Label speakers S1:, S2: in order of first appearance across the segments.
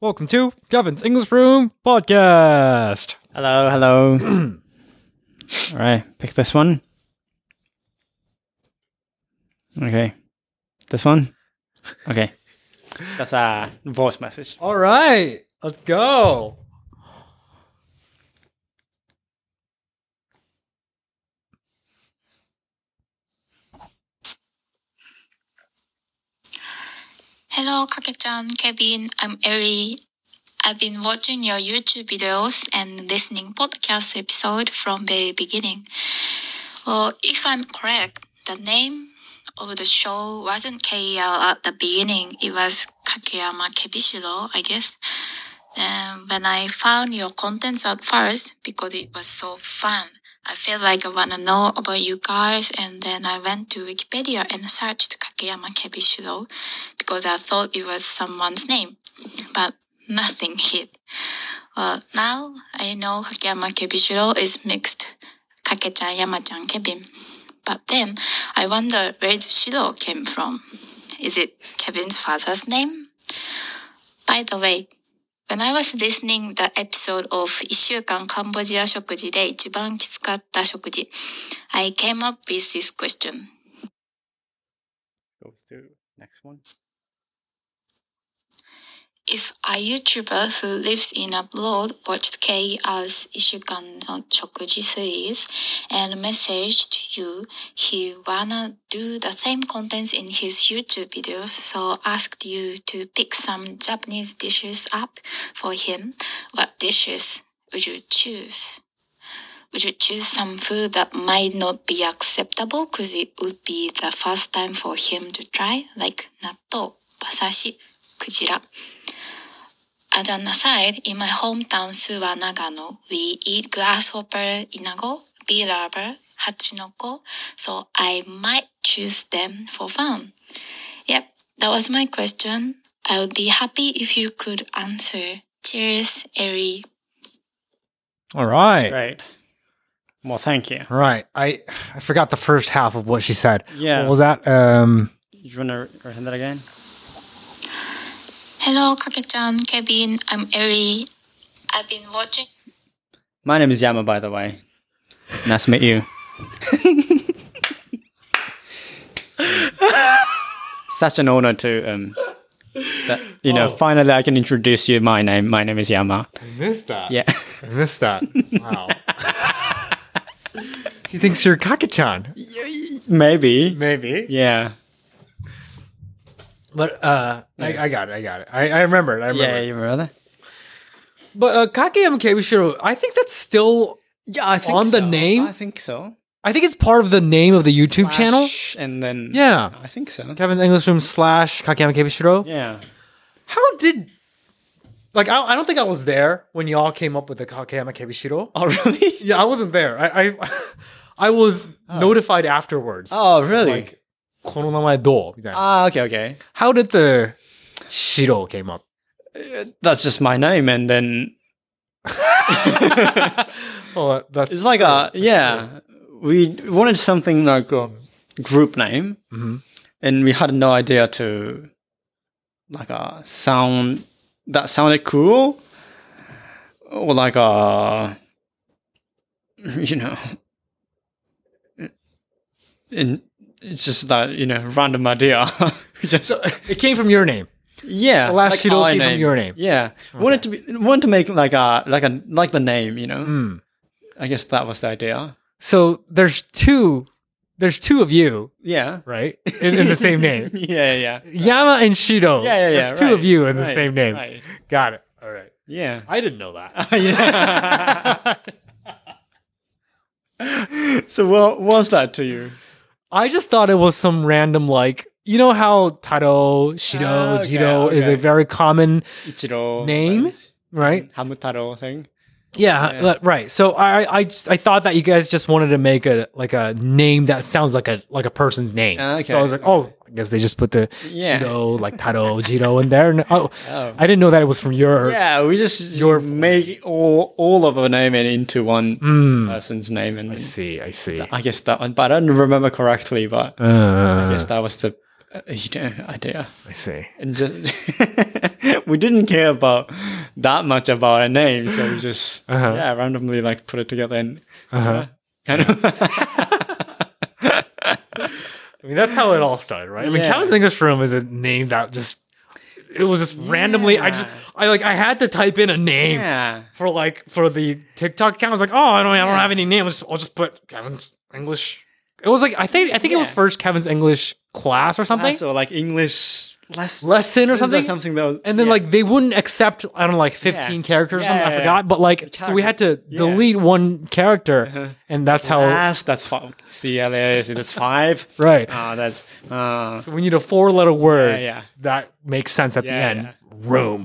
S1: Welcome to Kevin's English Room Podcast.
S2: Hello, hello. All right, pick this one. Okay. This one? Okay. That's a voice message.
S1: All right, let's go.
S3: Hello, Kake-chan, Kevin. I'm Eri. I've been watching your YouTube videos and listening podcast episode from very beginning. Well, if I'm correct, the name of the show wasn't KL at the beginning. It was Kakeyama Kebishiro, I guess. And when I found your contents at first, because it was so fun, I felt like I want to know about you guys. And then I went to Wikipedia and searched Kakeyama Kebishiro because I thought it was someone's name, but nothing hit. Well, now I know Kakeyama Kebishiro is mixed Kake-chan, Yama-chan, Kevin. But then I wonder where the Shiro came from. Is it Kevin's father's name? By the way, when I was listening the episode of 1週間カンボジア食事で一番きつかった食事 I came up with this question.
S2: Goes to next one.
S3: If a YouTuber who lives in abroad watched K as Ishikan no Chokuji series and messaged you, he wanna do the same contents in his YouTube videos, so asked you to pick some Japanese dishes up for him. What dishes would you choose? Would you choose some food that might not be acceptable because it would be the first time for him to try, like natto, wasashi, kujira? As an aside, in my hometown Suwa Nagano, we eat grasshopper inago, bee larva, hachinoko, so I might choose them for fun. Yep, that was my question. I would be happy if you could answer. Cheers, Eri.
S1: All right. right.
S2: Great. Well, thank you.
S1: I I forgot the first half of what she said.
S2: Yeah.
S1: What was that? Um
S2: You want to read that again?
S3: Hello, Kake-chan, Kevin. I'm Eri. I've been watching.
S2: My name is Yama, by the way. Nice to meet you. Such an honor to, um, that, you know, finally I can introduce you my name. My name is Yama.
S1: I missed that.
S2: Yeah.
S1: I missed that. Wow. she thinks you're Kakachan.
S2: Maybe.
S1: Maybe.
S2: Yeah.
S1: But uh I, I got it, I got it. I, I remember it, I remember.
S2: Yeah, you remember that?
S1: But uh Kakeyama Kebishiro, I think that's still
S2: Yeah, I
S1: think On the so. name?
S2: I think so.
S1: I think it's part of the name of the YouTube channel.
S2: Flash And then.
S1: Yeah.
S2: I think so.
S1: Kevin's English Room slash Kakeyama Kebishiro.
S2: Yeah.
S1: How did like I, I don't think I was there when y'all came up with the Kakeyama Kebishiro.
S2: Oh, really?
S1: Yeah, I wasn't there. I I, I was notified afterwards.
S2: Oh, really?
S1: Like, この名前どうみたいな。
S2: ah, okay, okay.
S1: How did the Shiro came up?
S2: That's just my name. And then
S1: Oh, that's
S2: It's like a yeah. We wanted something like a group name,
S1: Mhm.
S2: and we had no idea to like a sound that sounded cool, or like a you know, and it's just that you know random idea. We just
S1: it came from your name.
S2: yeah,
S1: The last Shidoki
S2: our
S1: from your name.
S2: Yeah, wanted to be wanted to make like a like a like the name. You know,
S1: Hmm.
S2: I guess that was the idea.
S1: So there's two there's two of you,
S2: Yeah.
S1: right? In, in the same name.
S2: Yeah, yeah.
S1: Yama and Shiro.
S2: Yeah, yeah, yeah.
S1: That's two of
S2: right,
S1: you in the
S2: right,
S1: same name.
S2: right.
S1: Got it. All right.
S2: Yeah.
S1: I didn't know that.
S2: so what was that to you?
S1: I just thought it was some random like you know how Taro, Shiro,
S2: Ah, okay,
S1: Jiro is a
S2: okay.
S1: very common
S2: Ichiro.
S1: Name?
S2: was
S1: right?
S2: Hamutaro thing.
S1: Yeah,
S2: Yeah.
S1: li- right. So I I I just- I thought that you guys just wanted to make a like a name that sounds like a like a person's name.
S2: Ah, okay.
S1: So I was like, oh, I guess they just put the
S2: Yeah.
S1: Shiro like Taro Jiro in there. And, oh,
S2: Oh.
S1: I didn't know that it was from your.
S2: Yeah, we just
S1: Your-
S2: make all all of our name and into one
S1: Mm.
S2: person's name, and
S1: I see. I see.
S2: I guess that one. But I don't remember correctly, but
S1: Uh,
S2: I guess that was the uh, you know, idea.
S1: I see.
S2: And just we didn't care about that much about our name, so we just
S1: Uh-huh.
S2: yeah randomly like put it together and
S1: Uh-huh.
S2: kind of
S1: I mean, that's how it all started, right? I mean,
S2: Yeah.
S1: Calvin's English Room is a name that just it was just randomly. I just
S2: Yeah.
S1: I like I had to type in a name
S2: yeah
S1: for like for the TikTok account. I was like, oh, I don't, I don't
S2: Yeah.
S1: have any name. I'll just, I'll just put Kevin's English. It was like I think I think it was
S2: Yeah.
S1: first Kevin's English class or something
S2: Ah, so like English less
S1: lesson or something.
S2: something that was-
S1: And then
S2: yeah.
S1: like they wouldn't accept I don't know like 15
S2: Yeah.
S1: characters or
S2: Yeah,
S1: something. I
S2: yeah,
S1: forgot,
S2: yeah.
S1: but like so we had to
S2: Yeah.
S1: delete one character,
S2: Uh-huh.
S1: and that's how
S2: last that's five CLA so that's five
S1: right.
S2: ah that's uh,
S1: So we need a four-letter word
S2: Yeah, yeah.
S1: that makes sense at
S2: Yeah,
S1: the end.
S2: yeah.
S1: Room.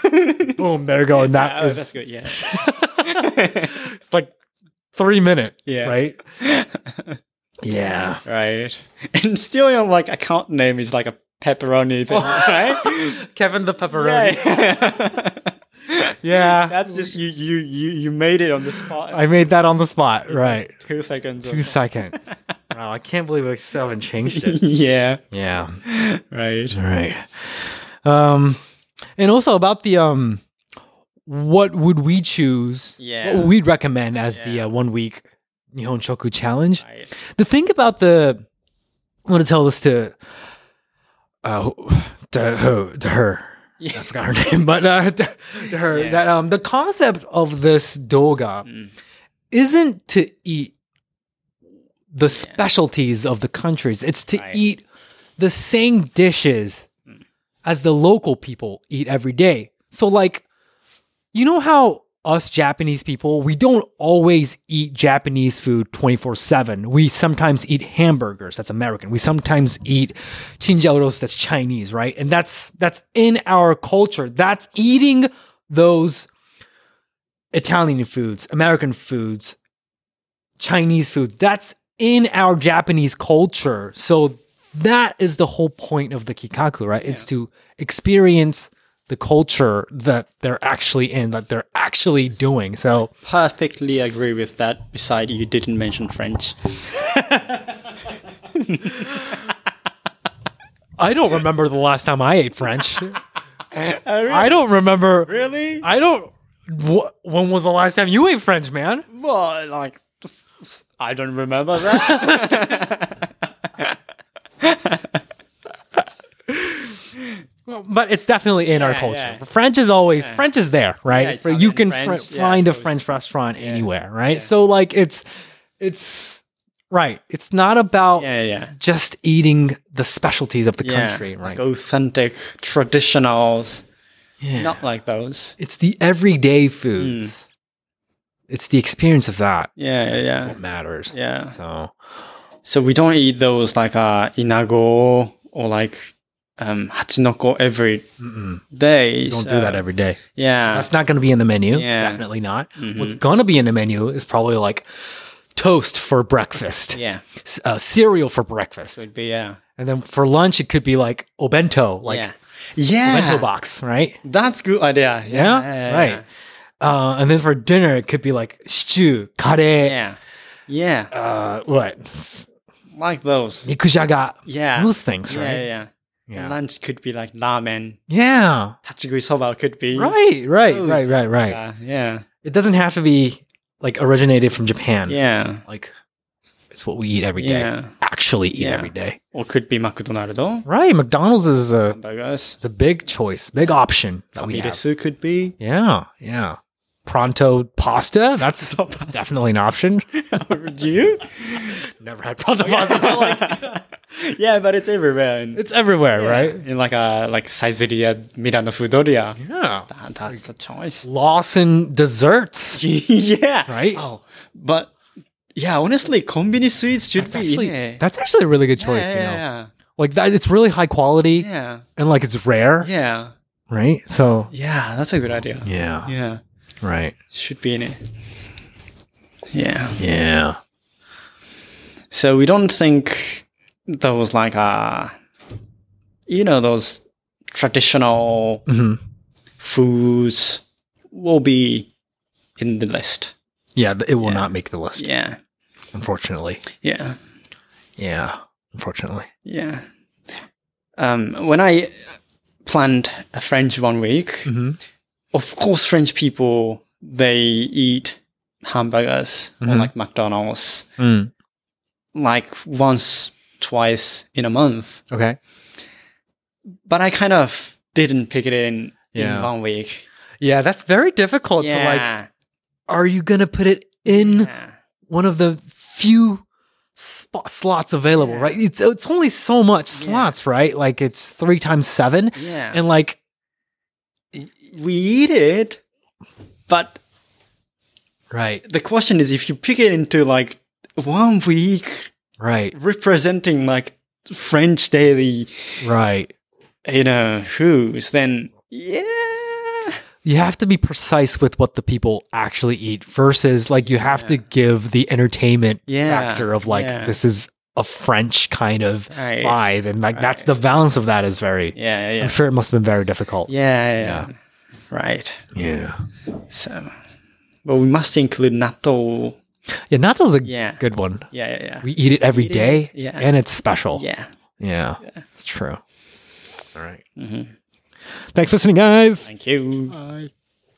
S1: Boom. There you go. And that
S2: oh,
S1: is
S2: that's good yeah
S1: it's like three minute.
S2: Yeah.
S1: Right. yeah.
S2: right and still your like account name is like a pepperoni thing right
S1: Kevin the Oh. pepperoni. Yeah.
S2: yeah. That's just you, you, you, you made it on the spot.
S1: I made that on the spot. Right.
S2: two seconds.
S1: Two seconds. Wow. I can't believe I still haven't changed it.
S2: yeah.
S1: Yeah.
S2: Right.
S1: All right. Um, and also about the um, what would we choose?
S2: Yeah.
S1: What would we recommend as the
S2: Yeah.
S1: uh, one week Nihon Shoku challenge?
S2: Right.
S1: The thing about the, I want to tell this to, uh, to her, to her. I forgot her name, but uh, to, to her
S2: Yeah.
S1: that um the concept of this doga
S2: Mm.
S1: isn't to eat the specialties of the countries. It's to
S2: Right.
S1: eat the same dishes as the local people eat every day. So like you know how us Japanese people, we don't always eat Japanese food 24/7. We sometimes eat hamburgers, that's American. We sometimes eat chinjaoros, that's Chinese, right? And that's that's in our culture. That's eating those Italian foods, American foods, Chinese foods. That's in our Japanese culture. So that is the whole point of the kikaku, right? It's to experience the culture that they're actually in, that they're actually doing. So
S2: Perfectly agree with that. Beside, you didn't mention French.
S1: I don't remember the last time I ate French.
S2: really?
S1: I don't remember.
S2: Really?
S1: I don't. Wh- when was the last time you ate French, man?
S2: well, like, I don't remember that.
S1: Well, But it's definitely in our
S2: Yeah,
S1: culture.
S2: yeah.
S1: French is always French is there,
S2: Yeah,
S1: right? For- you
S2: Italian,
S1: can
S2: French,
S1: fr-
S2: yeah,
S1: find a
S2: always.
S1: French restaurant anywhere, right? So like it's it's right. It's not about
S2: yeah, yeah.
S1: just eating the specialties of the
S2: Yeah.
S1: country, right?
S2: Like authentic traditionals.
S1: yeah.
S2: Not like those.
S1: it's the everyday
S2: Mm.
S1: foods. It's the experience of that
S2: Yeah, yeah, yeah.
S1: that matters.
S2: Yeah.
S1: So
S2: So we don't eat those like uh, inago or like um, hachinoko every
S1: mm-mm,
S2: day.
S1: you don't do that every day.
S2: Yeah.
S1: That's not going to be in the menu.
S2: uh, Yeah.
S1: Definitely not.
S2: Mhm.
S1: What's going to be in the menu is probably like toast for breakfast.
S2: yeah.
S1: s- uh, cereal for breakfast,
S2: Could be yeah.
S1: and then for lunch it could be like obento, like
S2: yeah.
S1: bento
S2: yeah.
S1: box, right?
S2: That's good idea. Yeah.
S1: Yeah, right. Uh, and then for dinner it could be like stew, kare,
S2: Yeah. Yeah.
S1: uh, what
S2: Like those.
S1: nikujaga,
S2: Yeah.
S1: those things,
S2: yeah,
S1: right?
S2: yeah. yeah.
S1: Yeah,
S2: Lunch could be like ramen.
S1: yeah,
S2: Tachigui soba could be.
S1: right, right,
S2: Those.
S1: right, right, right.
S2: Yeah. Yeah.
S1: It doesn't have to be like originated from Japan.
S2: Yeah.
S1: like it's what we eat every day.
S2: yeah.
S1: Actually, eat
S2: Yeah.
S1: every day.
S2: Or could be McDonald's.
S1: Right, McDonald's is a
S2: Hamburgers.
S1: it's a big choice, big option that we have.
S2: Famitsu could be.
S1: Yeah, yeah. Pronto pasta. That's, that's definitely an option.
S2: do you?
S1: Never had pronto pasta. but, like,
S2: yeah, but it's everywhere. In,
S1: it's everywhere,
S2: yeah,
S1: right?
S2: In like a like Saizeria, Milano Fudoria.
S1: Yeah.
S2: That, that's a choice.
S1: Lawson desserts.
S2: yeah.
S1: Right?
S2: Oh, but yeah, honestly, combini sweets should
S1: That's
S2: be.
S1: actually
S2: yeah.
S1: that's actually a really good choice.
S2: yeah,
S1: you know,
S2: yeah,
S1: like that. It's really high quality
S2: yeah,
S1: and like it's rare,
S2: yeah, yeah,
S1: right? So
S2: yeah. That's a good idea.
S1: yeah,
S2: Yeah,
S1: right.
S2: should be in it. Yeah.
S1: Yeah,
S2: So we don't think those like uh you know those traditional
S1: hmm
S2: foods will be in the list.
S1: yeah. th- It will
S2: Yeah.
S1: not make the list,
S2: Yeah.
S1: unfortunately.
S2: Yeah.
S1: Yeah, unfortunately.
S2: Yeah. um, when I planned a French one week,
S1: Mm-hmm.
S2: of course, French people they eat hamburgers or
S1: Mhm.
S2: like McDonald's
S1: Mm.
S2: like once, twice in a month.
S1: Okay.
S2: But I kind of didn't pick it in in
S1: Yeah.
S2: one week.
S1: Yeah, that's very difficult to like.
S2: yeah.
S1: Are you gonna put it in
S2: yeah.
S1: one of the few spot slots available?
S2: Yeah.
S1: Right. It's it's only so much slots, right? Like it's three times seven,
S2: yeah.
S1: and like
S2: we eat it, but
S1: right,
S2: the question is if you pick it into like one week
S1: right,
S2: representing like French daily,
S1: right.
S2: you know, who's then yeah,
S1: You have to be precise with what the people actually eat versus like you have to
S2: Yeah.
S1: give the entertainment
S2: Yeah.
S1: factor of like
S2: Yeah.
S1: this is a French kind of
S2: Right.
S1: vibe, and like that's
S2: Right.
S1: the balance of that is very.
S2: yeah,
S1: I'm
S2: yeah,
S1: sure it must have been very difficult.
S2: yeah, yeah, right.
S1: Yeah.
S2: So, but we must include natto.
S1: Yeah, natto's a
S2: Yeah,
S1: good one.
S2: yeah, yeah, yeah.
S1: We eat it every
S2: Eat it,
S1: day,
S2: yeah.
S1: and it's special.
S2: yeah.
S1: Yeah, it's true. All right.
S2: Mhm.
S1: Thanks for listening, guys.
S2: Thank you.
S1: Bye.